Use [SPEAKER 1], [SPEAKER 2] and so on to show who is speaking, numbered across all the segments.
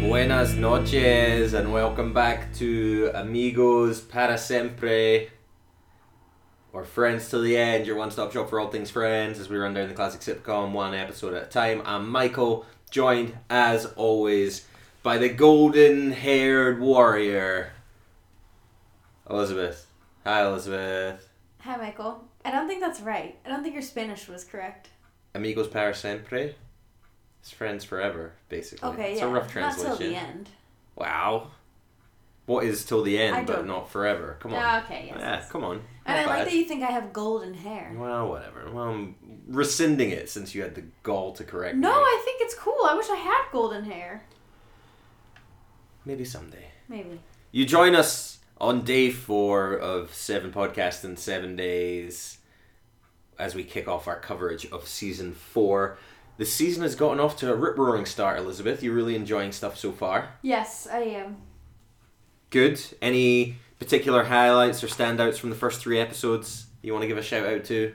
[SPEAKER 1] Buenas noches and welcome back to Amigos para siempre, or Friends to the End, your one-stop shop for all things Friends, as we run down the classic sitcom one episode at a time. I'm Michael, joined as always by the golden-haired warrior, Elizabeth. Hi, Elizabeth.
[SPEAKER 2] Hi, Michael. I don't think that's right. I don't think your Spanish was correct.
[SPEAKER 1] Amigos para siempre. It's friends forever, basically.
[SPEAKER 2] Okay,
[SPEAKER 1] it's
[SPEAKER 2] yeah.
[SPEAKER 1] a rough
[SPEAKER 2] Not
[SPEAKER 1] translation.
[SPEAKER 2] till the end.
[SPEAKER 1] Wow. What is till the
[SPEAKER 2] I
[SPEAKER 1] end, but
[SPEAKER 2] don't-
[SPEAKER 1] not forever? Come on.
[SPEAKER 2] Ah, okay, yes.
[SPEAKER 1] yeah,
[SPEAKER 2] yes.
[SPEAKER 1] come on.
[SPEAKER 2] And I
[SPEAKER 1] Not
[SPEAKER 2] like
[SPEAKER 1] bad.
[SPEAKER 2] that you think I have golden hair.
[SPEAKER 1] Well, whatever. Well, I'm rescinding it since you had the gall to correct
[SPEAKER 2] No,
[SPEAKER 1] me.
[SPEAKER 2] I think it's cool. I wish I had golden hair.
[SPEAKER 1] Maybe someday.
[SPEAKER 2] Maybe.
[SPEAKER 1] You join us on day four of seven podcasts in seven days as we kick off our coverage of season four. The season has gotten off to a rip roaring start, Elizabeth. You're really enjoying stuff so far.
[SPEAKER 2] Yes, I am.
[SPEAKER 1] Good. Any particular highlights or standouts from the first three episodes you want to give a shout out to?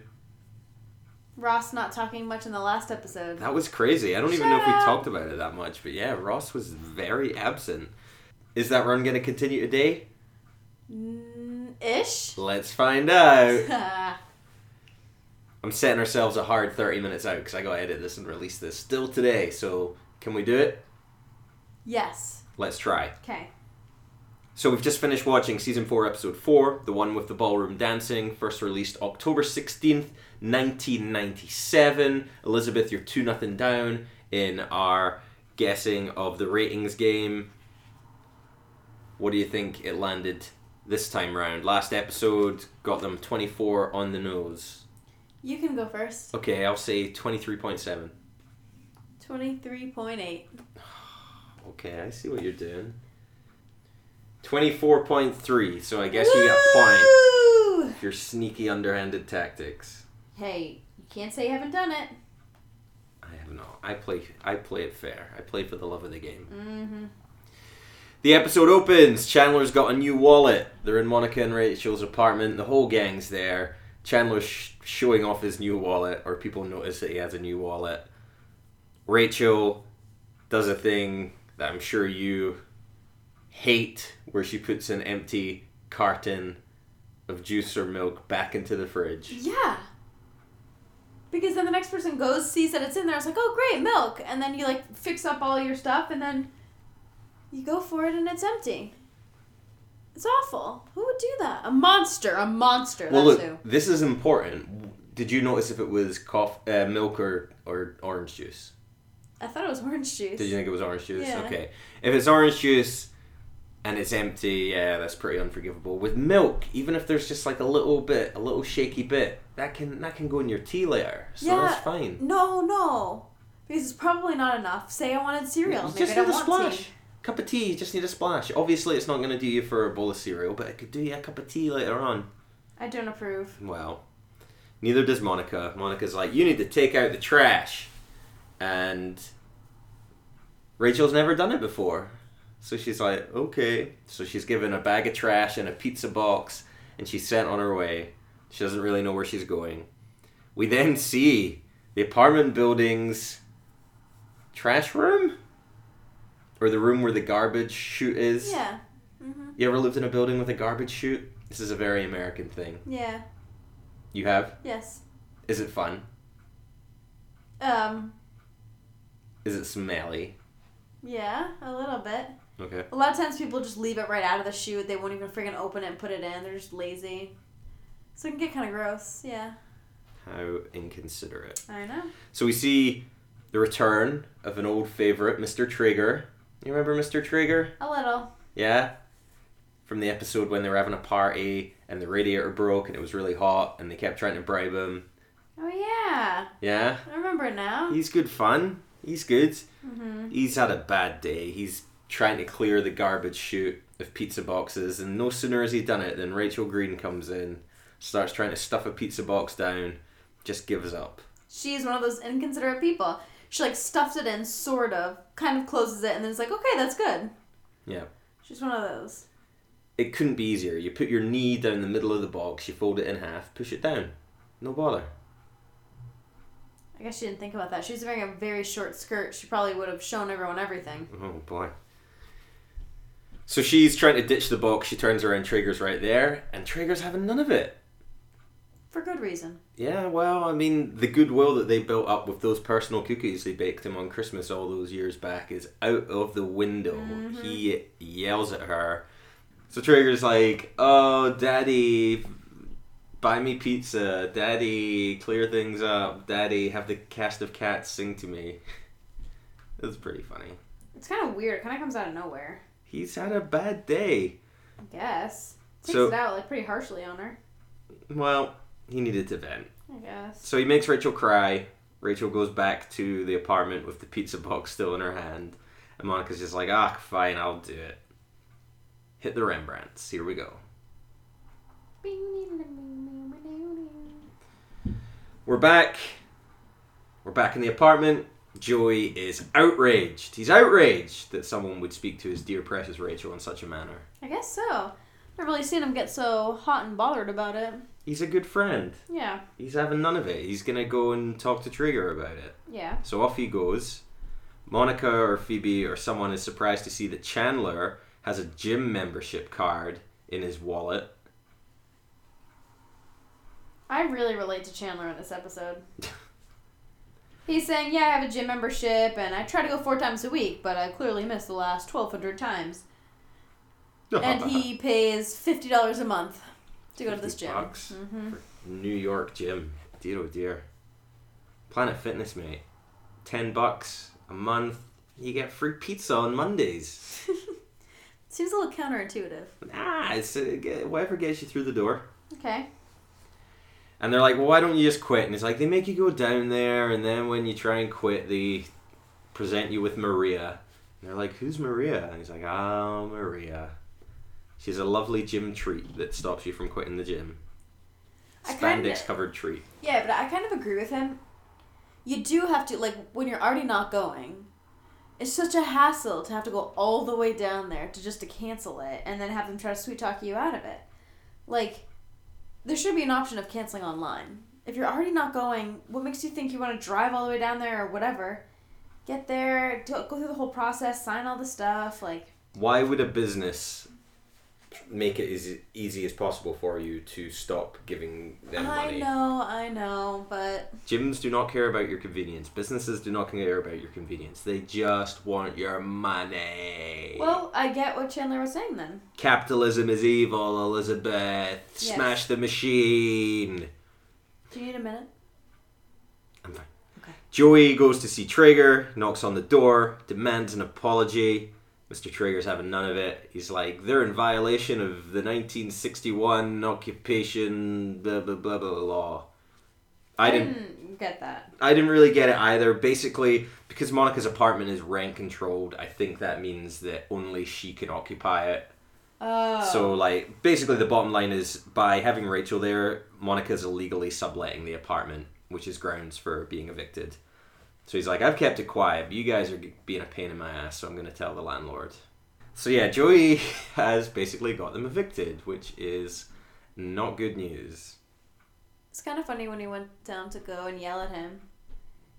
[SPEAKER 2] Ross not talking much in the last episode.
[SPEAKER 1] That was crazy. I don't even know if we
[SPEAKER 2] Shout out.
[SPEAKER 1] talked about it that much, but yeah, Ross was very absent. Is that run going to continue today?
[SPEAKER 2] Mm, ish.
[SPEAKER 1] Let's find out.
[SPEAKER 2] yeah,
[SPEAKER 1] I'm setting ourselves a hard 30 minutes out because I got to edit this and release this still today. So, can we do it?
[SPEAKER 2] yes.
[SPEAKER 1] Let's try.
[SPEAKER 2] Okay.
[SPEAKER 1] So, we've just finished watching season 4, episode 4, the one with the ballroom dancing, first released October 16th, 1997. Elizabeth, you're 2 nothing down in our guessing of the ratings game. What do you think it landed this time round? Last episode got them 24 on the nose.
[SPEAKER 2] You can go first.
[SPEAKER 1] Okay, I'll say 23.7.
[SPEAKER 2] 23.8.
[SPEAKER 1] Okay, I see what you're doing. Twenty-four point three. So I guess you got point.
[SPEAKER 2] point.
[SPEAKER 1] Your sneaky, underhanded tactics.
[SPEAKER 2] Hey, you can't say you haven't done it.
[SPEAKER 1] I have not. I play. I play it fair. I play for the love of the game.
[SPEAKER 2] Mm-hmm.
[SPEAKER 1] The episode opens. Chandler's got a new wallet. They're in Monica and Rachel's apartment. The whole gang's there. Chandler's sh- showing off his new wallet, or people notice that he has a new wallet. Rachel does a thing that I'm sure you hate, where she puts an empty carton of juice or milk back into the fridge.
[SPEAKER 2] Yeah. Because then the next person goes, sees that it's in there. It's like, oh, great, milk. And then you like fix up all your stuff and then you go for it and it's empty. It's awful. Who would do that? A monster. A monster.
[SPEAKER 1] Well,
[SPEAKER 2] that's
[SPEAKER 1] look, this is important. Did you notice if it was cough, uh, milk or, or orange juice?
[SPEAKER 2] who. I thought it was orange juice.
[SPEAKER 1] Did you think it was orange juice?
[SPEAKER 2] Yeah.
[SPEAKER 1] Okay. If it's orange juice and it's empty, yeah, that's pretty unforgivable. With milk, even if there's just like a little bit, a little shaky bit, that can that can go in your tea later. So that's
[SPEAKER 2] Yeah.
[SPEAKER 1] fine.
[SPEAKER 2] No, no. Because it's probably not enough. Say I wanted cereal.
[SPEAKER 1] You
[SPEAKER 2] Maybe
[SPEAKER 1] just need
[SPEAKER 2] I don't
[SPEAKER 1] a
[SPEAKER 2] want
[SPEAKER 1] splash.
[SPEAKER 2] tea.
[SPEAKER 1] Cup of tea, you just need a splash. Obviously, it's not going to do you for a bowl of cereal, but it could do you a cup of tea later on.
[SPEAKER 2] I don't approve.
[SPEAKER 1] Well, neither does Monica. Monica's like, you need to take out the trash. And Rachel's never done it before. So she's like, okay. So she's given a bag of trash and a pizza box, and she's sent on her way. She doesn't really know where she's going. We then see the apartment building's trash room? Or the room where the garbage chute is?
[SPEAKER 2] Yeah. hmm
[SPEAKER 1] You ever lived in a building with a garbage chute? This is a very American thing.
[SPEAKER 2] Yeah.
[SPEAKER 1] You have?
[SPEAKER 2] Yes.
[SPEAKER 1] Is it fun?
[SPEAKER 2] Um.
[SPEAKER 1] Is it smelly?
[SPEAKER 2] Yeah. A little bit.
[SPEAKER 1] Okay.
[SPEAKER 2] A lot of times people just leave it right out of the chute. They won't even freaking open it and put it in. They're just lazy. So it can get kind of gross. Yeah.
[SPEAKER 1] How inconsiderate.
[SPEAKER 2] I know.
[SPEAKER 1] So we see the return of an old favorite, Mr. Trigger. You remember Mr. Trigger?
[SPEAKER 2] A little.
[SPEAKER 1] Yeah? From the episode when they were having a party and the radiator broke and it was really hot and they kept trying to bribe him.
[SPEAKER 2] Oh, yeah.
[SPEAKER 1] Yeah?
[SPEAKER 2] I remember it now.
[SPEAKER 1] He's good fun. He's good.
[SPEAKER 2] hmm
[SPEAKER 1] He's had a bad day. He's trying to clear the garbage chute of pizza boxes, and no sooner has he done it than Rachel Green comes in, starts trying to stuff a pizza box down, just gives up.
[SPEAKER 2] She's one of those inconsiderate people. She, like, stuffed it in, sort of, kind of closes it, and then it's like, okay, that's good.
[SPEAKER 1] Yeah.
[SPEAKER 2] She's one of those.
[SPEAKER 1] It couldn't be easier. You put your knee down the middle of the box, you fold it in half, push it down. No bother.
[SPEAKER 2] I guess she didn't think about that. She was wearing a very short skirt. She probably would have shown everyone everything.
[SPEAKER 1] Oh boy. So she's trying to ditch the box. She turns around. Traeger's right there, and Traeger's having none of it.
[SPEAKER 2] For good reason.
[SPEAKER 1] Yeah, well, I mean, the goodwill that they built up with those personal cookies they baked him on Christmas all those years back is out of the window.
[SPEAKER 2] Mhm.
[SPEAKER 1] He yells at her. So Traeger's like, "Oh, daddy, buy me pizza. Daddy, clear things up. Daddy, have the cast of cats sing to me." It's pretty funny.
[SPEAKER 2] It's kind of weird. It kind of comes out of nowhere,
[SPEAKER 1] He's had a bad day.
[SPEAKER 2] I guess. Takes
[SPEAKER 1] So-
[SPEAKER 2] it out like pretty harshly on her,
[SPEAKER 1] Well, he needed to vent.
[SPEAKER 2] I guess.
[SPEAKER 1] So he makes Rachel cry. Rachel goes back to the apartment with the pizza box still in her hand. And Monica's just like, ah, fine, I'll do it. Hit the Rembrandts. Here we go. We're back. We're back in the apartment. Joey is outraged. He's outraged that someone would speak to his dear, precious Rachel in such a manner.
[SPEAKER 2] I guess so. I've really seen him get so hot and bothered about it.
[SPEAKER 1] He's a good friend.
[SPEAKER 2] Yeah,
[SPEAKER 1] He's having none of it. He's gonna go and talk to Trigger about it.
[SPEAKER 2] yeah.
[SPEAKER 1] So off he goes. Monica or Phoebe or someone is surprised to see that Chandler has a gym membership card in his wallet.
[SPEAKER 2] I really relate to Chandler in this episode. He's saying, "Yeah, I have a gym membership, and I try to go four times a week, but I clearly miss the last twelve hundred times." And he pays fifty dollars a month to go to this
[SPEAKER 1] 50
[SPEAKER 2] gym.
[SPEAKER 1] bucks.
[SPEAKER 2] hmm
[SPEAKER 1] New York gym. Dear oh dear. Planet Fitness, mate. Ten bucks a month. You get free pizza on Mondays.
[SPEAKER 2] Seems a little counterintuitive.
[SPEAKER 1] Nah, it's uh, get- whatever gets you through the door.
[SPEAKER 2] Okay.
[SPEAKER 1] And they're like, well, why don't you just quit? And it's like, they make you go down there, and then when you try and quit, they present you with Maria. And they're like, who's Maria? And he's like, ah, Maria. She's a lovely gym treat that stops you from quitting the gym.
[SPEAKER 2] I kinda-
[SPEAKER 1] Spandex covered treat.
[SPEAKER 2] Yeah, but I kind of agree with him. You do have to like when you're already not going. It's such a hassle to have to go all the way down there to just to cancel it and then have them try to sweet talk you out of it. Like there should be an option of canceling online. If you're already not going, what makes you think you want to drive all the way down there or whatever? Get there, do, go through the whole process, sign all the stuff, like
[SPEAKER 1] Why would a business make it as easy as possible for you to stop giving them
[SPEAKER 2] I
[SPEAKER 1] money?
[SPEAKER 2] know, I know, but
[SPEAKER 1] Gyms do not care about your convenience. Businesses do not care about your convenience. They just want your money.
[SPEAKER 2] well, I get what Chandler was saying then.
[SPEAKER 1] Capitalism is evil, Elizabeth. Smash the machine.
[SPEAKER 2] Do you need a minute?
[SPEAKER 1] I'm fine.
[SPEAKER 2] Okay.
[SPEAKER 1] Joey goes to see Traeger, knocks on the door, demands an apology. Mr. Traeger's having none of it. He's like, they're in violation of the 1961 occupation, blah, blah, blah, blah, blah law.
[SPEAKER 2] Um,
[SPEAKER 1] I didn't
[SPEAKER 2] didn't Hmm, get that.
[SPEAKER 1] I didn't really get it either. Basically, because Monica's apartment is rent controlled, I think that means that only she can occupy it.
[SPEAKER 2] Oh.
[SPEAKER 1] So, like, basically, the bottom line is by having Rachel there, Monica's illegally subletting the apartment, which is grounds for being evicted. So he's like, I've kept it quiet, but you guys are g- being a pain in my ass, so I'm going to tell the landlord. So, yeah, Joey has basically got them evicted, which is not good news.
[SPEAKER 2] it's kind of funny when he went down to go and yell at him.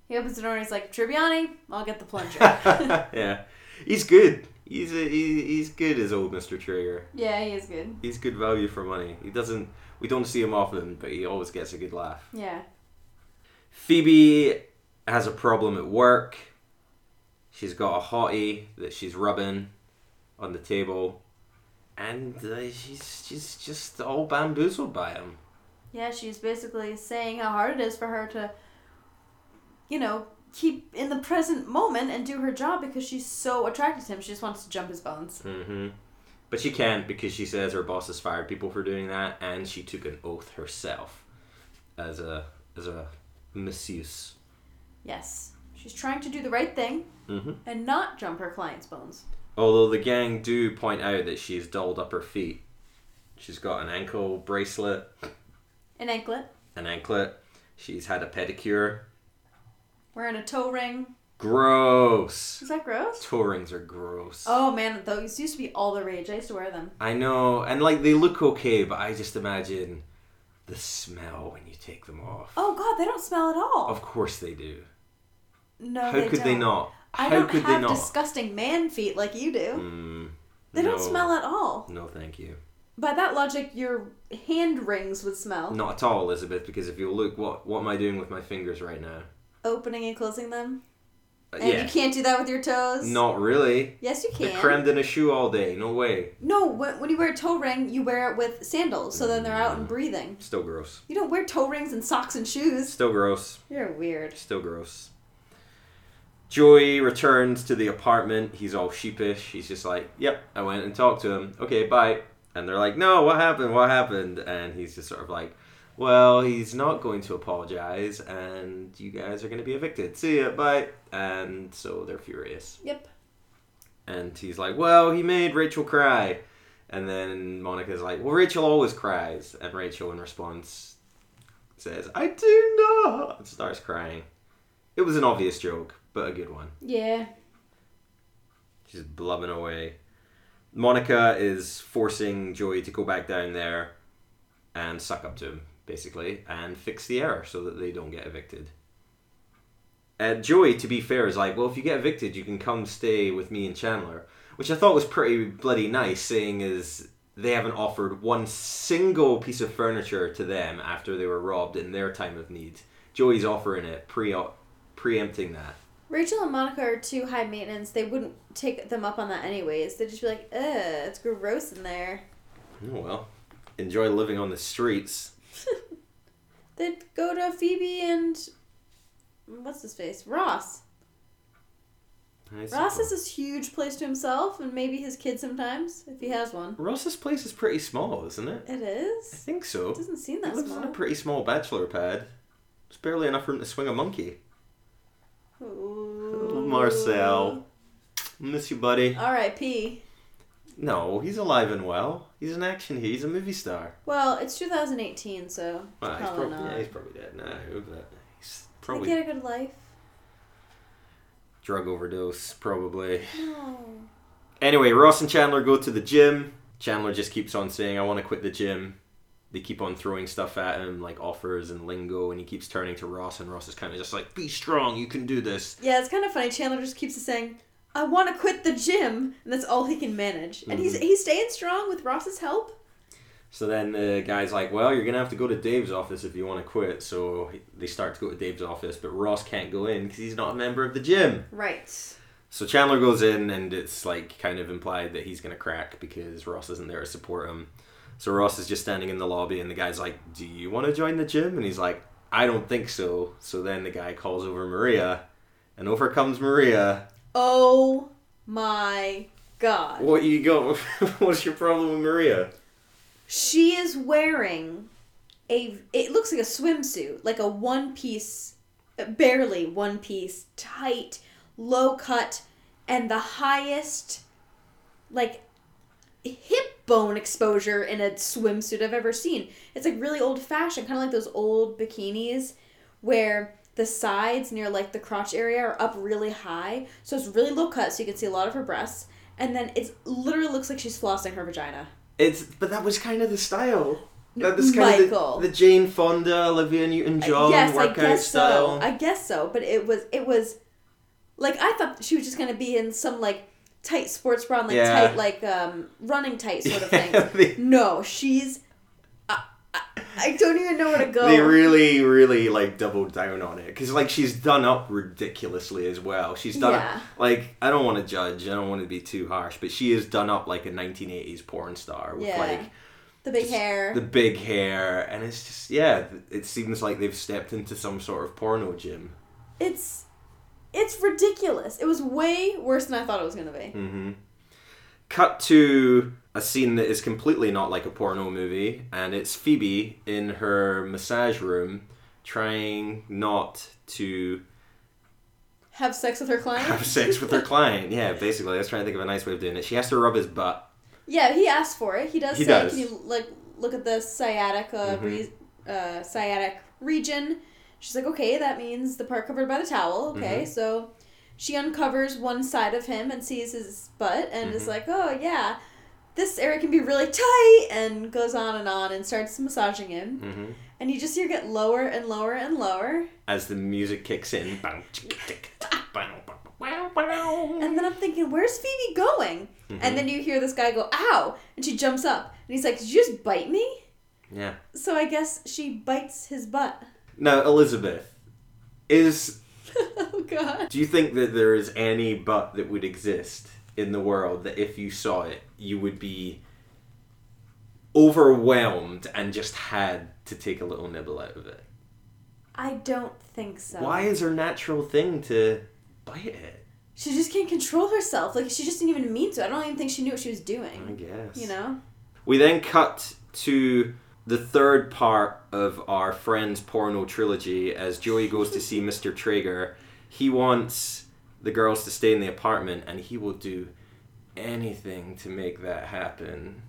[SPEAKER 2] He opens the door and he's like, Tribbiani, I'll get the plunger.
[SPEAKER 1] yeah, he's good. He's, a, he, he's good as old Mr. Trigger.
[SPEAKER 2] yeah, he is good.
[SPEAKER 1] He's good value for money. He doesn't. We don't see him often, but he always gets a good laugh.
[SPEAKER 2] Yeah.
[SPEAKER 1] Phoebe has a problem at work. She's got a hottie that she's rubbing on the table, and uh, she's she's just all bamboozled by him.
[SPEAKER 2] Yeah, she's basically saying how hard it is for her to, you know, keep in the present moment and do her job because she's so attracted to him. She just wants to jump his bones.
[SPEAKER 1] hmm But she can't because she says her boss has fired people for doing that, and she took an oath herself as a as a masseuse.
[SPEAKER 2] Yes. She's trying to do the right thing
[SPEAKER 1] hmm
[SPEAKER 2] and not jump her client's bones.
[SPEAKER 1] Although the gang do point out that she's dolled up her feet. She's got an ankle bracelet,
[SPEAKER 2] An anklet,
[SPEAKER 1] an anklet. She's had a pedicure.
[SPEAKER 2] wearing a toe ring.
[SPEAKER 1] Gross.
[SPEAKER 2] Is that gross?
[SPEAKER 1] Toe rings are gross.
[SPEAKER 2] Oh man, those used to be all the rage. I used to wear them.
[SPEAKER 1] I know, and like they look okay, but I just imagine the smell when you take them off.
[SPEAKER 2] Oh god, they don't smell at all.
[SPEAKER 1] Of course they do.
[SPEAKER 2] No,
[SPEAKER 1] How could they
[SPEAKER 2] don't.
[SPEAKER 1] not?
[SPEAKER 2] I
[SPEAKER 1] How
[SPEAKER 2] don't
[SPEAKER 1] could they
[SPEAKER 2] have
[SPEAKER 1] not?
[SPEAKER 2] disgusting man feet like you do.
[SPEAKER 1] Mm,
[SPEAKER 2] They don't
[SPEAKER 1] No.
[SPEAKER 2] smell at all.
[SPEAKER 1] No, thank you.
[SPEAKER 2] By that logic, your hand rings would smell.
[SPEAKER 1] Not at all, Elizabeth. Because if you look, what what am I doing with my fingers right now?
[SPEAKER 2] Opening and closing them.
[SPEAKER 1] Uh,
[SPEAKER 2] And you
[SPEAKER 1] yeah,
[SPEAKER 2] can't do that with your toes.
[SPEAKER 1] not really.
[SPEAKER 2] Yes, you
[SPEAKER 1] They're
[SPEAKER 2] can.
[SPEAKER 1] crammed in a shoe all day. No way.
[SPEAKER 2] no, when, when you wear a toe ring, you wear it with sandals, so then they're out
[SPEAKER 1] Mm.
[SPEAKER 2] and breathing.
[SPEAKER 1] Still gross.
[SPEAKER 2] You don't wear toe rings and socks and shoes.
[SPEAKER 1] Still gross.
[SPEAKER 2] You're weird.
[SPEAKER 1] Still gross. Joey returns to the apartment. He's all sheepish. He's just like, "Yep, I went and talked to him. Okay, bye." And they're like, "No, what happened? What happened?" And he's just sort of like, "Well, he's not going to apologize, and you guys are going to be evicted. See ya, bye." And so they're furious.
[SPEAKER 2] Yep.
[SPEAKER 1] And he's like, "Well, he made Rachel cry." And then Monica's like, "Well, Rachel always cries." And Rachel, in response, says, "I do not," and starts crying. It was an obvious joke, but a good one.
[SPEAKER 2] Yeah.
[SPEAKER 1] She's blubbing away. Monica is forcing Joey to go back down there and suck up to him, basically, and fix the error so that they don't get evicted. And Joey, to be fair, is like, well, if you get evicted, you can come stay with me and Chandler, which I thought was pretty bloody nice, seeing as they haven't offered one single piece of furniture to them after they were robbed in their time of need. Joey's offering it, pre- preempting that.
[SPEAKER 2] Rachel and Monica are too high maintenance. They wouldn't take them up on that anyways. They'd just be like, ugh, it's gross in there.
[SPEAKER 1] Oh well, enjoy living on the streets.
[SPEAKER 2] They'd go to Phoebe and. What's his face? Ross.
[SPEAKER 1] I
[SPEAKER 2] Ross
[SPEAKER 1] suppose.
[SPEAKER 2] has this huge place to himself and maybe his kid sometimes, if he has one.
[SPEAKER 1] Ross's place is pretty small, isn't it?
[SPEAKER 2] It
[SPEAKER 1] I
[SPEAKER 2] is?
[SPEAKER 1] think so.
[SPEAKER 2] It doesn't seem
[SPEAKER 1] He
[SPEAKER 2] that
[SPEAKER 1] lives in a
[SPEAKER 2] small.
[SPEAKER 1] pretty small bachelor pad. It's barely enough room to swing a monkey.
[SPEAKER 2] Ooh.
[SPEAKER 1] Oh, Marcel, miss you, buddy.
[SPEAKER 2] R.I.P.
[SPEAKER 1] No, he's alive and well. He's an action hero. He's a movie star.
[SPEAKER 2] Well, it's 2018, so.
[SPEAKER 1] Well, Ah, he's
[SPEAKER 2] Probably
[SPEAKER 1] probably
[SPEAKER 2] not.
[SPEAKER 1] yeah, he's probably dead now, but he's
[SPEAKER 2] Did they
[SPEAKER 1] probably
[SPEAKER 2] get a good life?
[SPEAKER 1] drug overdose, probably.
[SPEAKER 2] No.
[SPEAKER 1] Anyway, Ross and Chandler go to the gym. Chandler just keeps on saying, I want to quit the gym. They keep on throwing stuff at him, like offers and lingo, and he keeps turning to Ross, and Ross is kind of just like, Be strong, you can do this.
[SPEAKER 2] Yeah, it's kind of funny. Chandler just keeps saying, "I want to quit the gym," and that's all he can manage. And
[SPEAKER 1] Mm-hmm.
[SPEAKER 2] he's he's staying strong with Ross's help.
[SPEAKER 1] So then the guy's like, Well, you're going to have to go to Dave's office if you want to quit. So he- they start to go to Dave's office, but Ross can't go in because he's not a member of the gym.
[SPEAKER 2] Right.
[SPEAKER 1] So Chandler goes in, and it's like kind of implied that he's gonna crack because Ross isn't there to support him. So Ross is just standing in the lobby, and the guy's like, "Do you want to join the gym?" And he's like, "I don't think so." So then the guy calls over Maria, and over comes Maria.
[SPEAKER 2] Oh my god.
[SPEAKER 1] What you go? What's your problem with Maria?
[SPEAKER 2] She is wearing a it looks like a swimsuit, like a one piece barely one piece tight low cut and the highest like hip bone exposure in a swimsuit I've ever seen. It's like really old fashioned, kind of like those old bikinis where the sides near like the crotch area are up really high. So it's really low cut so you can see a lot of her breasts and then it's literally looks like she's flossing her vagina.
[SPEAKER 1] It's but that was kind of the style. That was kind
[SPEAKER 2] Michael. Uh,
[SPEAKER 1] of the, the Jane Fonda, Olivia Newton-John workout style.
[SPEAKER 2] so. I guess so, but it was it was like I thought she was just gonna be in some like tight sports bra and like
[SPEAKER 1] Yeah.
[SPEAKER 2] tight like um running tight sort of
[SPEAKER 1] Yeah,
[SPEAKER 2] thing.
[SPEAKER 1] they-
[SPEAKER 2] No, she's I, I, I don't even know where to go.
[SPEAKER 1] They really, really like doubled down on it because like she's done up ridiculously as well. She's done
[SPEAKER 2] Yeah.
[SPEAKER 1] up, like I don't want to judge, I don't want to be too harsh, but she is done up like a 1980s porn star with
[SPEAKER 2] Yeah.
[SPEAKER 1] like
[SPEAKER 2] the big
[SPEAKER 1] just
[SPEAKER 2] hair.
[SPEAKER 1] the big hair, and it's just yeah, th- it seems like they've stepped into some sort of porno gym.
[SPEAKER 2] It's it's ridiculous. It was way worse than I thought it was gonna be.
[SPEAKER 1] hmm Cut to a scene that is completely not like a porno movie, and it's Phoebe in her massage room trying not to
[SPEAKER 2] Have sex with her client?
[SPEAKER 1] have sex with her client. Yeah, basically. I was trying to think of a nice way of doing it. She has to rub his butt.
[SPEAKER 2] Yeah, he asked for it. He does
[SPEAKER 1] He
[SPEAKER 2] say,
[SPEAKER 1] does. Mm-hmm.
[SPEAKER 2] "Can you like look at the sciatica re- uh, sciatic region?" She's like, "Okay, that means the part covered by the towel."
[SPEAKER 1] Mm-hmm.
[SPEAKER 2] Okay, so she uncovers one side of him and sees his butt, and is
[SPEAKER 1] Mm-hmm.
[SPEAKER 2] like, "Oh yeah, this area can be really tight," and goes on and on and starts massaging him,
[SPEAKER 1] Mm-hmm.
[SPEAKER 2] and you just hear it get lower and lower and lower,
[SPEAKER 1] As the music kicks in.
[SPEAKER 2] and then I'm thinking thinking, where's Phoebe going?
[SPEAKER 1] Mm-hmm.
[SPEAKER 2] And then you hear this guy go, ow! And she jumps up. And he's like, did you just bite me?
[SPEAKER 1] yeah.
[SPEAKER 2] So I guess she bites his butt.
[SPEAKER 1] Now, Elizabeth, is
[SPEAKER 2] oh, God.
[SPEAKER 1] do you think that there is any butt that would exist in the world that if you saw it, you would be overwhelmed and just had to take a little nibble out of it?
[SPEAKER 2] I don't think so.
[SPEAKER 1] Why is her natural thing to bite it?
[SPEAKER 2] She just can't control herself. Like, she just didn't even mean to. I don't even think she knew what she was
[SPEAKER 1] I
[SPEAKER 2] doing.
[SPEAKER 1] guess.
[SPEAKER 2] You know?
[SPEAKER 1] We then cut to the third part of our friend's porno trilogy as Joey goes to see Mr. Traeger. He wants the girls to stay in the apartment and he will do anything to make that happen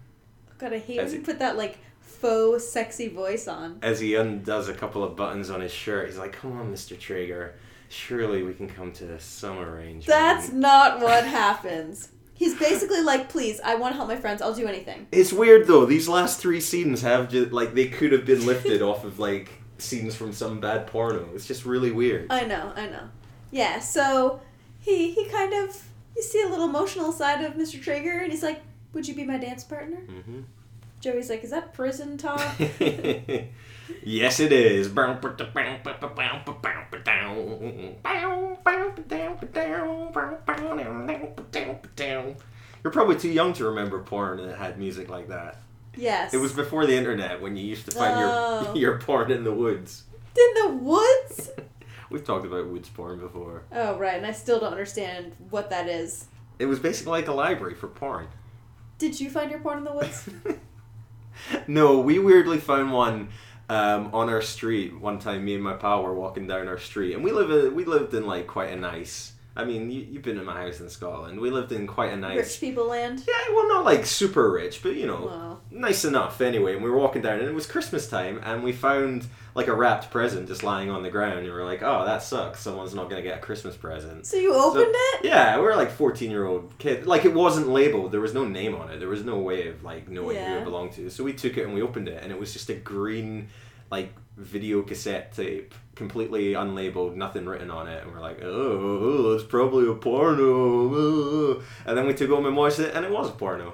[SPEAKER 2] God, I hate
[SPEAKER 1] As
[SPEAKER 2] when you
[SPEAKER 1] it-
[SPEAKER 2] put that, like, faux sexy voice on.
[SPEAKER 1] as he undoes a couple of buttons on his shirt he's like come on mr traeger surely we can come to some arrangement
[SPEAKER 2] That's not what happens. He's basically like, please, I want to help my friends. I'll do anything.
[SPEAKER 1] It's weird though. These last three scenes have just like they could have been lifted off of like scenes from some bad porno. It's just really weird.
[SPEAKER 2] I know, I know. Yeah, so he he kind of you see a little emotional side of Mr. Traeger, and he's like, "Would you be my dance partner?"
[SPEAKER 1] hmm
[SPEAKER 2] Joey's like, "Is that prison talk?"
[SPEAKER 1] yes, it is. You're probably too young to remember porn that had music like that.
[SPEAKER 2] yes.
[SPEAKER 1] It was before the internet when you used to find
[SPEAKER 2] Oh.
[SPEAKER 1] your your porn in the woods.
[SPEAKER 2] in the woods.
[SPEAKER 1] We've talked about woods porn before.
[SPEAKER 2] Oh right, and I still don't understand what that is.
[SPEAKER 1] It was basically like a library for porn.
[SPEAKER 2] Did you find your porn in the woods?
[SPEAKER 1] no, we weirdly found one um, on our street one time. Me and my pal were walking down our street, and we live a, we lived in like quite a nice. I mean, you, you've been in my house in Scotland. We lived in quite a nice. Oh.
[SPEAKER 2] Rich people land.
[SPEAKER 1] Yeah, well, not like super rich, but you know,
[SPEAKER 2] Well,
[SPEAKER 1] nice enough anyway. And we were walking down, and it was Christmas time, and we found like a wrapped present just lying on the ground, and we were like, "Oh, that sucks. Someone's not gonna get a Christmas present."
[SPEAKER 2] so you opened it?
[SPEAKER 1] Yeah, we were like fourteen year old kid. Like it wasn't labeled. There was no name on it. There was no way of like knowing who
[SPEAKER 2] Yeah.
[SPEAKER 1] it belonged to. So we took it and we opened it, and it was just a green, like video cassette tape, completely unlabeled, nothing written on it. And we're like, oh, it's probably a porno. oh." And then we took it home and watched it, and it was a porno.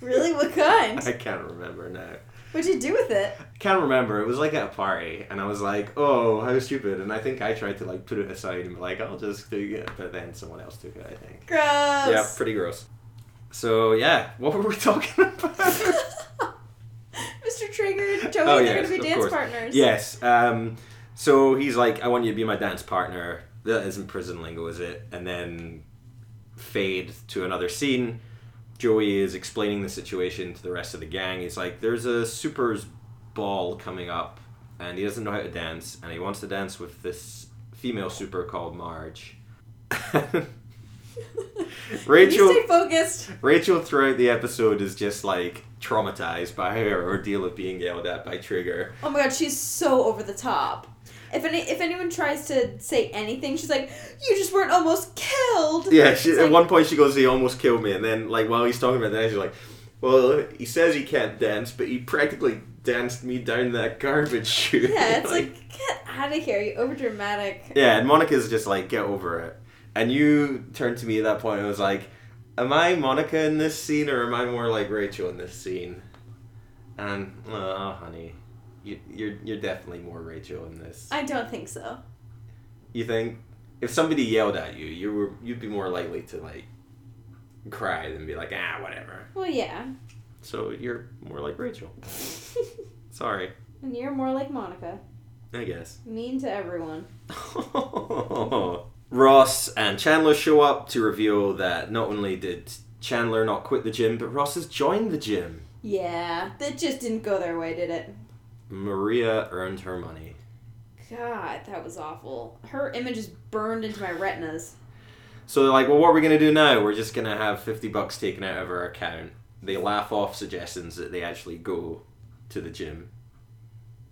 [SPEAKER 2] Really? What kind?
[SPEAKER 1] I can't remember now.
[SPEAKER 2] What'd you do with it?
[SPEAKER 1] Can't remember. It was like at a party, and I was like, "Oh, how stupid!" And I think I tried to like put it aside and be like, "I'll just do it," but then someone else took it. I think.
[SPEAKER 2] Gross.
[SPEAKER 1] Yeah, pretty gross. So yeah, what were we talking about?
[SPEAKER 2] Mr. Traeger, Joey,
[SPEAKER 1] Oh,
[SPEAKER 2] they're
[SPEAKER 1] yes,
[SPEAKER 2] gonna be
[SPEAKER 1] of
[SPEAKER 2] dance
[SPEAKER 1] course.
[SPEAKER 2] partners.
[SPEAKER 1] yes. Um, so he's like, I want you to be my dance partner. That isn't prison lingo, is it? And then fade to another scene. Joey is explaining the situation to the rest of the gang. He's like, there's a supers ball coming up, and he doesn't know how to dance, and he wants to dance with this female super called Marge. Rachel.
[SPEAKER 2] You stay focused.
[SPEAKER 1] Rachel throughout the episode is just like traumatized by her ordeal of being yelled at by Trigger.
[SPEAKER 2] Oh my god, she's so over the top. If any if anyone tries to say anything, she's like, "You just weren't almost killed."
[SPEAKER 1] Yeah, she,
[SPEAKER 2] It's
[SPEAKER 1] at
[SPEAKER 2] like-
[SPEAKER 1] one point she goes, "He almost killed me," and then like while he's talking about that, she's like, "Well, he says he can't dance, but he practically danced me down that garbage chute."
[SPEAKER 2] Yeah, it's like, get out of here, you overdramatic.
[SPEAKER 1] yeah, and Monica's just like, "Get over it." And you turned to me at that point and was like, "Am I Monica in this scene, or am I more like Rachel in this scene?" And oh, honey, you, you're you're definitely more Rachel in this.
[SPEAKER 2] I don't think so.
[SPEAKER 1] you think if somebody yelled at you, you were you'd be more likely to like cry than be like ah whatever.
[SPEAKER 2] Well, yeah,
[SPEAKER 1] So you're more like Rachel. Sorry,
[SPEAKER 2] and you're more like Monica,
[SPEAKER 1] I guess.
[SPEAKER 2] mean to everyone.
[SPEAKER 1] Ross and Chandler show up to reveal that not only did Chandler not quit the gym, but Ross has joined the gym.
[SPEAKER 2] Yeah, that just didn't go their way, did it?
[SPEAKER 1] Maria earned her money.
[SPEAKER 2] God, that was awful. Her image is burned into my retinas.
[SPEAKER 1] So they're like, well, what are we going to do now? We're just going to have 50 bucks taken out of our account. They laugh off suggestions that they actually go to the gym.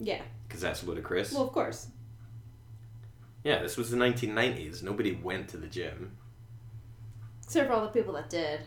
[SPEAKER 2] Yeah.
[SPEAKER 1] Because that's ludicrous.
[SPEAKER 2] Well, of course.
[SPEAKER 1] Yeah, this was the 1990s. Nobody went to the gym.
[SPEAKER 2] Except for all the people that did.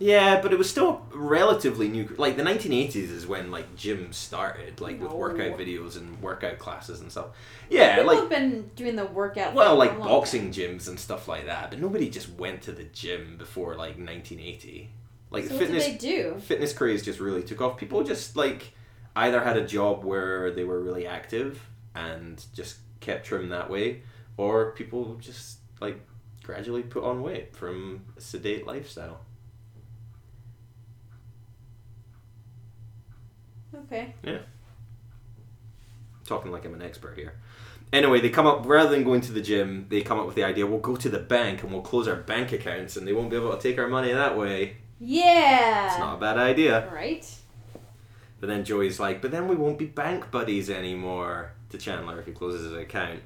[SPEAKER 1] Yeah, but it was still relatively new. Like the 1980s is when like gyms started, like with
[SPEAKER 2] No.
[SPEAKER 1] workout videos and workout classes and stuff. Yeah,
[SPEAKER 2] People
[SPEAKER 1] like
[SPEAKER 2] have been doing the workout.
[SPEAKER 1] well,
[SPEAKER 2] thing
[SPEAKER 1] like
[SPEAKER 2] for a long
[SPEAKER 1] boxing gyms and stuff like that. But nobody just went to the gym before like 1980. Like
[SPEAKER 2] time.
[SPEAKER 1] the
[SPEAKER 2] So
[SPEAKER 1] fitness
[SPEAKER 2] what did they do?
[SPEAKER 1] fitness craze just really took off. People just like either had a job where they were really active and just kept trim that way, or people just like gradually put on weight from a sedate lifestyle.
[SPEAKER 2] Okay.
[SPEAKER 1] Talking like I'm an expert here. Anyway, they come up rather than going to the gym, they come up with the idea we'll go to the bank and we'll close our bank accounts and they won't be able to take our money that way.
[SPEAKER 2] Yeah.
[SPEAKER 1] It's not a bad idea.
[SPEAKER 2] Right.
[SPEAKER 1] But then Joey's like, but then we won't be bank buddies anymore to Chandler if he closes his account.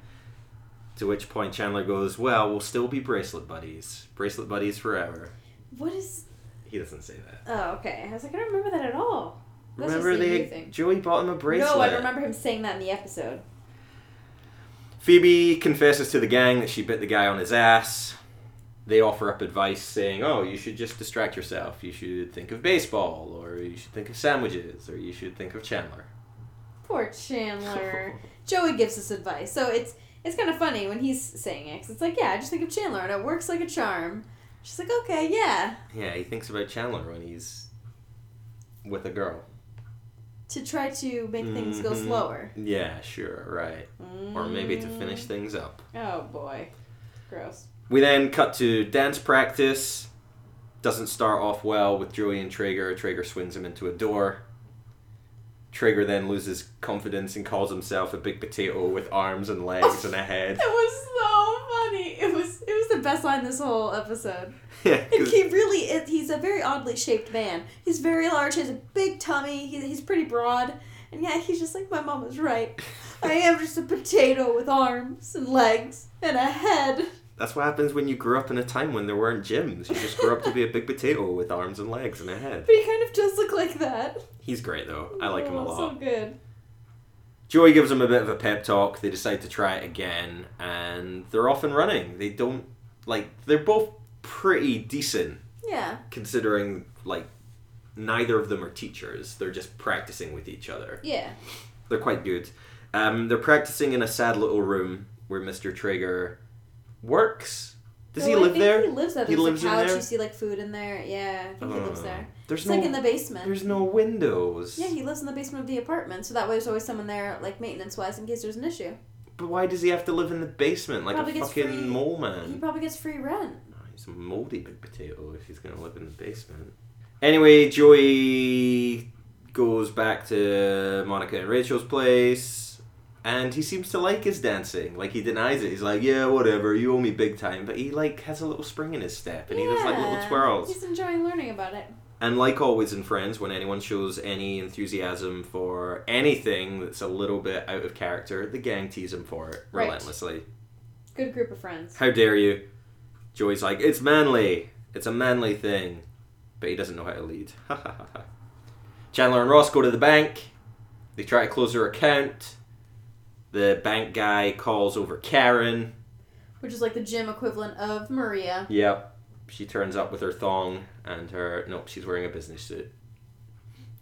[SPEAKER 1] To which point Chandler goes, well, we'll still be bracelet buddies. Bracelet buddies forever.
[SPEAKER 2] What is?
[SPEAKER 1] He doesn't say that.
[SPEAKER 2] Oh, okay. I was like, I don't remember that at all. That's
[SPEAKER 1] remember
[SPEAKER 2] just a you
[SPEAKER 1] they
[SPEAKER 2] thing.
[SPEAKER 1] Joey bought him a bracelet.
[SPEAKER 2] No, I remember him saying that in the episode.
[SPEAKER 1] Phoebe confesses to the gang that she bit the guy on his ass. They offer up advice saying, oh, you should just distract yourself. You should think of baseball, or you should think of sandwiches, or you should think of Chandler.
[SPEAKER 2] Poor Chandler. Joey gives us advice, so it's it's kind of funny when he's saying it. 'cause it's like, yeah, I just think of Chandler, and it works like a charm. She's like, okay, yeah,
[SPEAKER 1] yeah, he thinks about Chandler when he's with a girl.
[SPEAKER 2] to try to make things go
[SPEAKER 1] Mhm.
[SPEAKER 2] slower,
[SPEAKER 1] Yeah, sure, right. Or maybe to finish things up.
[SPEAKER 2] Oh boy, gross.
[SPEAKER 1] We then cut to dance practice. Doesn't start off well with Joey and Traeger. Traeger swings him into a door. Traeger then loses confidence and calls himself a big potato with arms and legs and a head.
[SPEAKER 2] That was so funny. It was it was the best line this whole episode.
[SPEAKER 1] Yeah,
[SPEAKER 2] And
[SPEAKER 1] 'cause-
[SPEAKER 2] he really is, he's a very oddly shaped man. He's very large, he has a big tummy, he, he's pretty broad. And yeah, he's just like, my mom was right. I am just a potato with arms and legs and a head.
[SPEAKER 1] that's what happens when you grew up in a time when there weren't gyms. You just grew up to be a big potato with arms and legs and a head.
[SPEAKER 2] But he kind of does look like that.
[SPEAKER 1] He's great though. I like him a
[SPEAKER 2] Oh,
[SPEAKER 1] lot.
[SPEAKER 2] So good.
[SPEAKER 1] Joey gives them a bit of a pep talk. They decide to try it again, and they're off and running. They don't like they're both pretty decent
[SPEAKER 2] Yeah.
[SPEAKER 1] considering like neither of them are teachers. They're just practicing with each other.
[SPEAKER 2] Yeah.
[SPEAKER 1] They're quite good. Um, they're practicing in a sad little room where Mr. Traeger works. Does he
[SPEAKER 2] No, I
[SPEAKER 1] live
[SPEAKER 2] think
[SPEAKER 1] there?
[SPEAKER 2] He lives there.
[SPEAKER 1] He
[SPEAKER 2] There's
[SPEAKER 1] lives
[SPEAKER 2] a
[SPEAKER 1] in
[SPEAKER 2] couch,
[SPEAKER 1] there?
[SPEAKER 2] you see like food in there. Yeah, I think he lives
[SPEAKER 1] Uh,
[SPEAKER 2] there.
[SPEAKER 1] There's
[SPEAKER 2] It's
[SPEAKER 1] no
[SPEAKER 2] like in the basement.
[SPEAKER 1] there's no windows.
[SPEAKER 2] Yeah, he lives in the basement of the apartment, so that way there's always someone there, like maintenance wise, in case there's an issue.
[SPEAKER 1] but why does he have to live in the basement like
[SPEAKER 2] Probably
[SPEAKER 1] a
[SPEAKER 2] gets free-
[SPEAKER 1] fucking mole man?
[SPEAKER 2] He probably gets free rent.
[SPEAKER 1] Oh, He's a moldy big potato if he's gonna live in the basement. Anyway, Joey goes back to Monica and Rachel's place, and he seems to like his dancing. Like he denies it. He's like, "Yeah, whatever. You owe me big time." But he like has a little spring in his step, and he does like little
[SPEAKER 2] Yeah,
[SPEAKER 1] twirls.
[SPEAKER 2] He's enjoying learning about it.
[SPEAKER 1] And like always in Friends, when anyone shows any enthusiasm for anything that's a little bit out of character, the gang tease him for it
[SPEAKER 2] Right.
[SPEAKER 1] relentlessly.
[SPEAKER 2] Good group of friends.
[SPEAKER 1] How dare you? Joey's like, it's manly. It's a manly thing. But he doesn't know how to lead. Chandler and Ross go to the bank. They try to close their account. The bank guy calls over Karen.
[SPEAKER 2] Which is like the gym equivalent of Maria.
[SPEAKER 1] Yep. She turns up with her thong and her. Nope, she's wearing a business suit.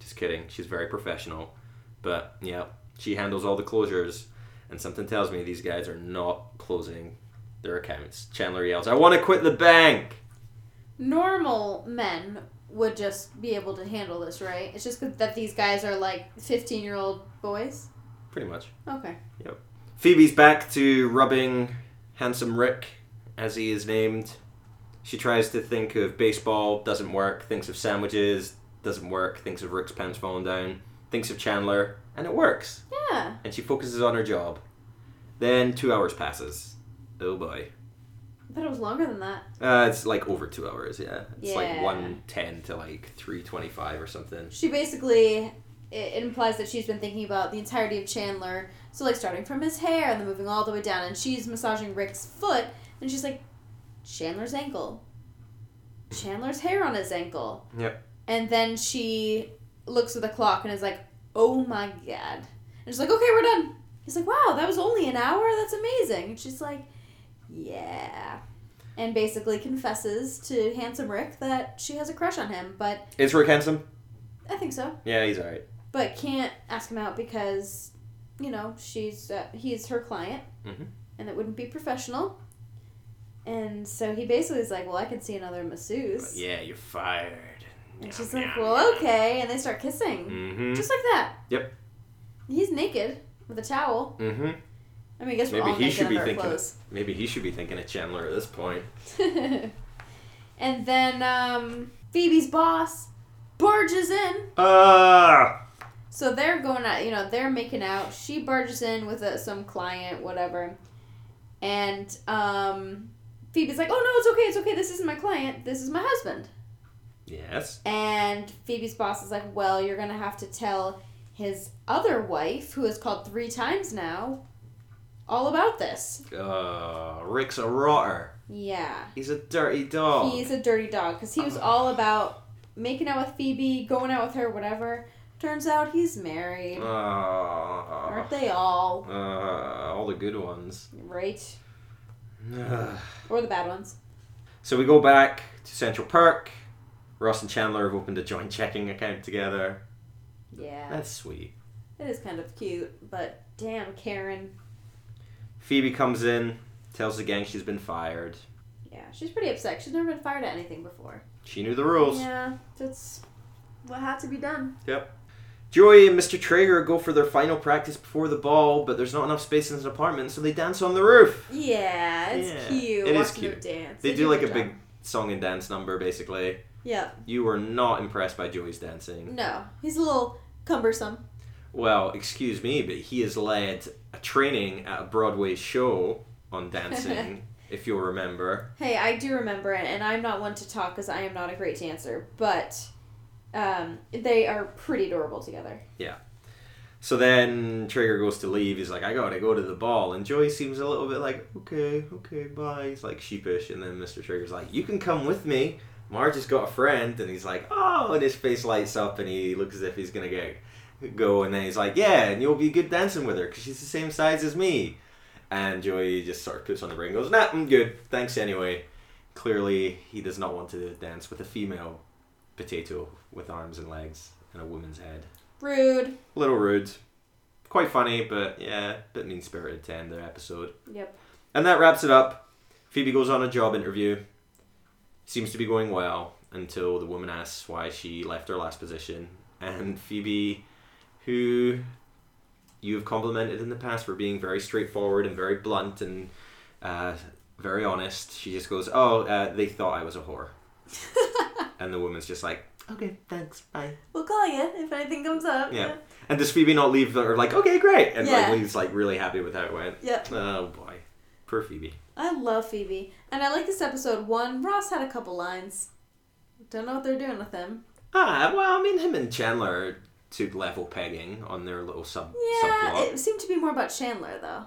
[SPEAKER 1] Just kidding. She's very professional. But, yep. She handles all the closures. And something tells me these guys are not closing their accounts. Chandler yells, I want to quit the bank!
[SPEAKER 2] Normal men would just be able to handle this, right? It's just 'cause- that these guys are like 15 year old boys.
[SPEAKER 1] Pretty much.
[SPEAKER 2] Okay.
[SPEAKER 1] Phoebe's back to rubbing Handsome Rick, as he is named. She tries to think of baseball, doesn't work. Thinks of sandwiches, doesn't work. Thinks of Rick's pants falling down. Thinks of Chandler, and it works.
[SPEAKER 2] Yeah.
[SPEAKER 1] And she focuses on her job. Then two hours passes. Oh boy.
[SPEAKER 2] I thought it was longer than that.
[SPEAKER 1] Uh, it's like over two hours, yeah. It's like
[SPEAKER 2] Yeah.
[SPEAKER 1] 110 to like 325 or something.
[SPEAKER 2] She basically. It implies that she's been thinking about the entirety of Chandler. So, like, starting from his hair and then moving all the way down. And she's massaging Rick's foot. And she's like, Chandler's ankle. Chandler's hair on his ankle.
[SPEAKER 1] Yep.
[SPEAKER 2] And then she looks at the clock and is like, "Oh my god!" And she's like, "Okay, we're done." He's like, "Wow, that was only an hour. That's amazing." And she's like, "Yeah." and basically confesses to handsome Rick that she has a crush on him, but
[SPEAKER 1] Is Rick handsome?
[SPEAKER 2] I think so.
[SPEAKER 1] Yeah, he's alright.
[SPEAKER 2] But can't ask him out because, you know, she's uh, he's her client,
[SPEAKER 1] Mhm.
[SPEAKER 2] and that wouldn't be professional. And so he basically is like, "Well, I can see another masseuse,"
[SPEAKER 1] Uh, Yeah, you're fired.
[SPEAKER 2] and she's like, "Well, okay," and they start kissing,
[SPEAKER 1] Mm-hmm.
[SPEAKER 2] just like that.
[SPEAKER 1] Yep.
[SPEAKER 2] He's naked with a towel.
[SPEAKER 1] mm-hmm.
[SPEAKER 2] I mean, I guess we're
[SPEAKER 1] Maybe
[SPEAKER 2] all
[SPEAKER 1] he
[SPEAKER 2] naked
[SPEAKER 1] should be
[SPEAKER 2] under our
[SPEAKER 1] thinking
[SPEAKER 2] clothes.
[SPEAKER 1] Maybe he should be thinking of Chandler at this point.
[SPEAKER 2] and then um, Phoebe's boss barges in.
[SPEAKER 1] Ah!
[SPEAKER 2] So they're going out, you know, they're making out. She barges in with a, some client, whatever. And um, Phoebe's like, oh no, it's okay, it's okay. This isn't my client, this is my husband.
[SPEAKER 1] Yes.
[SPEAKER 2] And Phoebe's boss is like, well, you're going to have to tell his other wife, who has called three times now, all about this.
[SPEAKER 1] Uh, Rick's a rotter.
[SPEAKER 2] Yeah.
[SPEAKER 1] He's a dirty dog.
[SPEAKER 2] He's a dirty dog because he was all about making out with Phoebe, going out with her, whatever. Turns out he's married.
[SPEAKER 1] Ah.
[SPEAKER 2] Aren't they all?
[SPEAKER 1] Ah, all the good ones.
[SPEAKER 2] Right?
[SPEAKER 1] Ah.
[SPEAKER 2] Or the bad ones.
[SPEAKER 1] So we go back to Central Park. Ross and Chandler have opened a joint checking account together.
[SPEAKER 2] Yeah.
[SPEAKER 1] That's sweet.
[SPEAKER 2] It is kind of cute, but damn, Karen.
[SPEAKER 1] Phoebe comes in, tells the gang she's been fired.
[SPEAKER 2] Yeah, she's pretty upset. She's never been fired at anything before.
[SPEAKER 1] She knew the rules.
[SPEAKER 2] Yeah, that's what had to be done.
[SPEAKER 1] Joey and Mr. Traeger go for their final practice before the ball, but there's not enough space in his apartment, so they dance on the roof.
[SPEAKER 2] Yeah, it's
[SPEAKER 1] Yeah,
[SPEAKER 2] cute.
[SPEAKER 1] it is
[SPEAKER 2] watching
[SPEAKER 1] cute.
[SPEAKER 2] Them dance.
[SPEAKER 1] They do like
[SPEAKER 2] good
[SPEAKER 1] a
[SPEAKER 2] job.
[SPEAKER 1] big song and dance number, basically.
[SPEAKER 2] Yeah.
[SPEAKER 1] You were not impressed by Joey's dancing.
[SPEAKER 2] No, he's a little cumbersome.
[SPEAKER 1] Well, excuse me, but he has led a training at a Broadway show on dancing, if you'll remember.
[SPEAKER 2] Hey, I do remember it, and I'm not one to talk because I am not a great dancer, but um, they are pretty adorable together.
[SPEAKER 1] So then Traeger goes to leave. He's like, I gotta go to the ball. And Joey seems a little bit like, okay, okay, bye. He's like sheepish. And then Mr. Traeger's like, you can come with me. Marge has got a friend. And he's like, oh. And his face lights up and he looks as if he's gonna get go. And then he's like, yeah, and you'll be good dancing with her because she's the same size as me. And Joey just sort of puts on the ring and goes, nah, I'm good. Thanks anyway. Clearly, he does not want to dance with a female potato with arms and legs and a woman's head
[SPEAKER 2] Rude.
[SPEAKER 1] little rude, quite funny, but yeah, bit mean spirited to end their episode.
[SPEAKER 2] Yep.
[SPEAKER 1] And that wraps it up. Phoebe goes on a job interview. Seems to be going well until the woman asks why she left her last position. And Phoebe, who you have complimented in the past for being very straightforward and very blunt and uh, very honest, she just goes, Oh, uh, they thought I was a whore. and the woman's just like, Okay, thanks, bye.
[SPEAKER 2] We'll call you if anything comes up.
[SPEAKER 1] Yeah. And does Phoebe not leave her like, okay, great, and
[SPEAKER 2] Yeah.
[SPEAKER 1] like leaves like really happy with how it went?
[SPEAKER 2] Yep.
[SPEAKER 1] Oh boy, poor Phoebe.
[SPEAKER 2] I love Phoebe. And I like this episode one. Ross had a couple lines. Don't know what they're doing with him.
[SPEAKER 1] Ah, well, I mean, him and Chandler took level pegging on their little sub
[SPEAKER 2] Yeah,
[SPEAKER 1] subplot.
[SPEAKER 2] it seemed to be more about Chandler, though.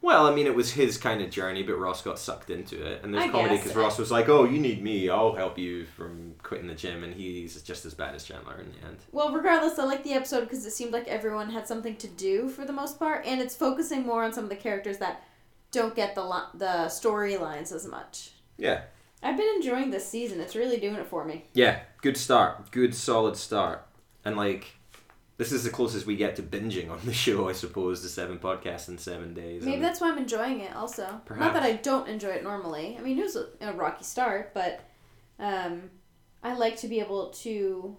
[SPEAKER 1] well, I mean, it was his kind of journey, but Ross got sucked into it, and there's
[SPEAKER 2] I
[SPEAKER 1] comedy
[SPEAKER 2] guess.
[SPEAKER 1] because Ross was like, "Oh, you need me, I'll help you from quitting the gym," and he's just as bad as Chandler in the end.
[SPEAKER 2] Well, regardless, I like the episode because it seemed like everyone had something to do for the most part, and it's focusing more on some of the characters that don't get the li- the storylines as much.
[SPEAKER 1] Yeah.
[SPEAKER 2] I've been enjoying this season. It's really doing it for me.
[SPEAKER 1] Yeah, good start, good solid start, and like. This is the closest we get to binging on the show, I suppose, to seven podcasts in seven days.
[SPEAKER 2] Maybe
[SPEAKER 1] and-
[SPEAKER 2] that's why I'm enjoying it. Also, not
[SPEAKER 1] Perhaps.
[SPEAKER 2] that I don't enjoy it normally. I mean, it was a, a rocky start, but um, I like to be able to.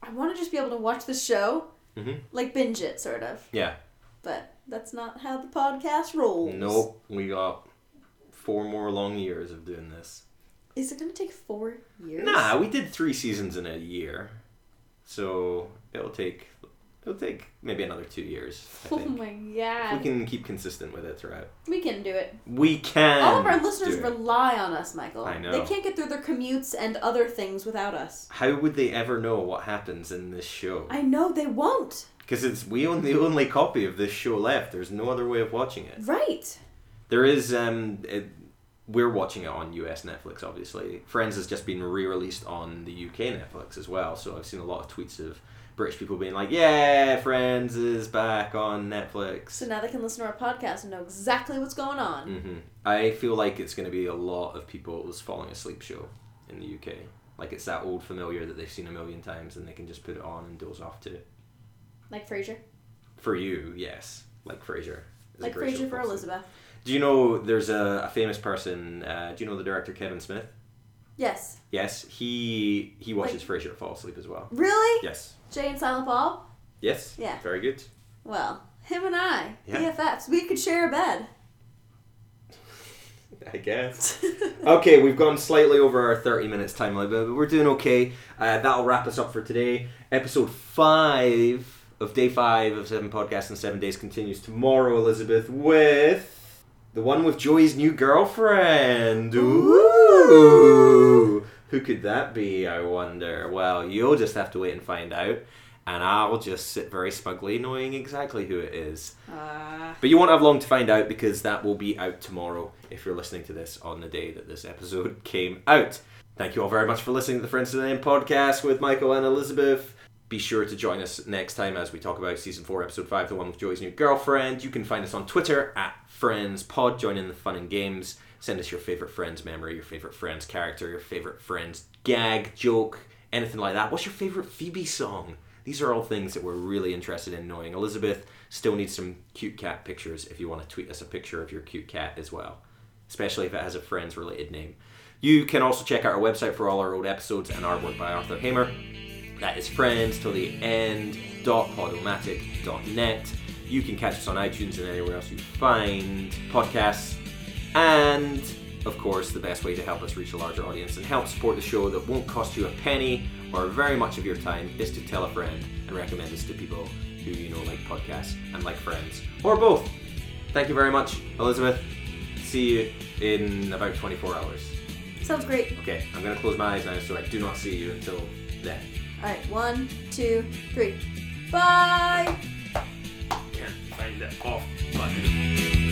[SPEAKER 2] I want to just be able to watch the show,
[SPEAKER 1] Mhm.
[SPEAKER 2] like binge it, sort of.
[SPEAKER 1] Yeah.
[SPEAKER 2] But that's not how the podcast rolls.
[SPEAKER 1] Nope, we got four more long years of doing this.
[SPEAKER 2] Is it gonna take four years?
[SPEAKER 1] Nah, we did three seasons in a year, so it'll take it'll take maybe another two years. I
[SPEAKER 2] Oh
[SPEAKER 1] think
[SPEAKER 2] my
[SPEAKER 1] we
[SPEAKER 2] god.
[SPEAKER 1] can keep consistent with it throughout.
[SPEAKER 2] We can do it.
[SPEAKER 1] We can.
[SPEAKER 2] All of our listeners
[SPEAKER 1] do it.
[SPEAKER 2] rely on us, Michael.
[SPEAKER 1] I know.
[SPEAKER 2] They can't get through their commutes and other things without us.
[SPEAKER 1] How would they ever know what happens in this show?
[SPEAKER 2] I know they won't.
[SPEAKER 1] Because it's we own the only copy of this show left. There's no other way of watching it.
[SPEAKER 2] Right.
[SPEAKER 1] There is um, it, we're watching it on US Netflix, obviously. Friends has just been re-released on the UK Netflix as well, so I've seen a lot of tweets of British people being like, "Yeah, Friends is back on Netflix."
[SPEAKER 2] So now they can listen to our podcast and know exactly what's going on.
[SPEAKER 1] hmm I feel like it's going to be a lot of people's falling asleep show in the UK. Like it's that old familiar that they've seen a million times and they can just put it on and doze off to. it.
[SPEAKER 2] Like Frasier.
[SPEAKER 1] For you, yes, like Frasier. is a
[SPEAKER 2] Like
[SPEAKER 1] great show
[SPEAKER 2] Frasier for
[SPEAKER 1] fall asleep.
[SPEAKER 2] Elizabeth.
[SPEAKER 1] Do you know there's a, a famous person? Uh, do you know the director Kevin Smith?
[SPEAKER 2] Yes.
[SPEAKER 1] Yes, he he watches Frasier fall asleep as well.
[SPEAKER 2] Really?
[SPEAKER 1] Yes,
[SPEAKER 2] Jay and Silent Bob?
[SPEAKER 1] yes,
[SPEAKER 2] Yeah.
[SPEAKER 1] very good.
[SPEAKER 2] Well, him and I,
[SPEAKER 1] Yeah.
[SPEAKER 2] BFFs, we could share a bed.
[SPEAKER 1] I guess. Okay, we've gone slightly over our 30 minutes time limit, but we're doing okay. Uh, that'll wrap us up for today. Episode 5 of day 5 of 7 Podcasts in 7 Days continues tomorrow, Elizabeth, with the one with Joey's new girlfriend. Ooh. Who could that be, I wonder? Well, you'll just have to wait and find out. And I'll just sit very smugly knowing exactly who it is.
[SPEAKER 2] Ah.
[SPEAKER 1] But you won't have long to find out because that will be out tomorrow if you're listening to this on the day that this episode came out. Thank you all very much for listening to the Friends to the Name podcast with Michael and Elizabeth. Be sure to join us next time as we talk about season four, episode five, the one with Joey's new girlfriend. You can find us on Twitter at FriendsPod. Join in the fun and games. Send us your favorite Friends memory, your favorite Friends character, your favorite Friends gag, joke, anything like that. What's your favorite Phoebe song? These are all things that we're really interested in knowing. Elizabeth still needs some cute cat pictures if you want to tweet us a picture of your cute cat as well, especially if it has a Friends related name. You can also check out our website for all our old episodes and artwork by Arthur Hamer. That is friends till the end dot podomatic dot net. You can catch us on iTunes and anywhere else you find podcasts. And of course, the best way to help us reach a larger audience and help support the show that won't cost you a penny or very much of your time is to tell a friend and recommend us to people who you know like podcasts and like friends, or both. Thank you very much, Elizabeth. See you in about 24 hours.
[SPEAKER 2] Sounds great.
[SPEAKER 1] Okay, I'm gonna close my eyes now so I do not see you until then.
[SPEAKER 2] All right, one, two, three. Bye.
[SPEAKER 1] Can't find that off button.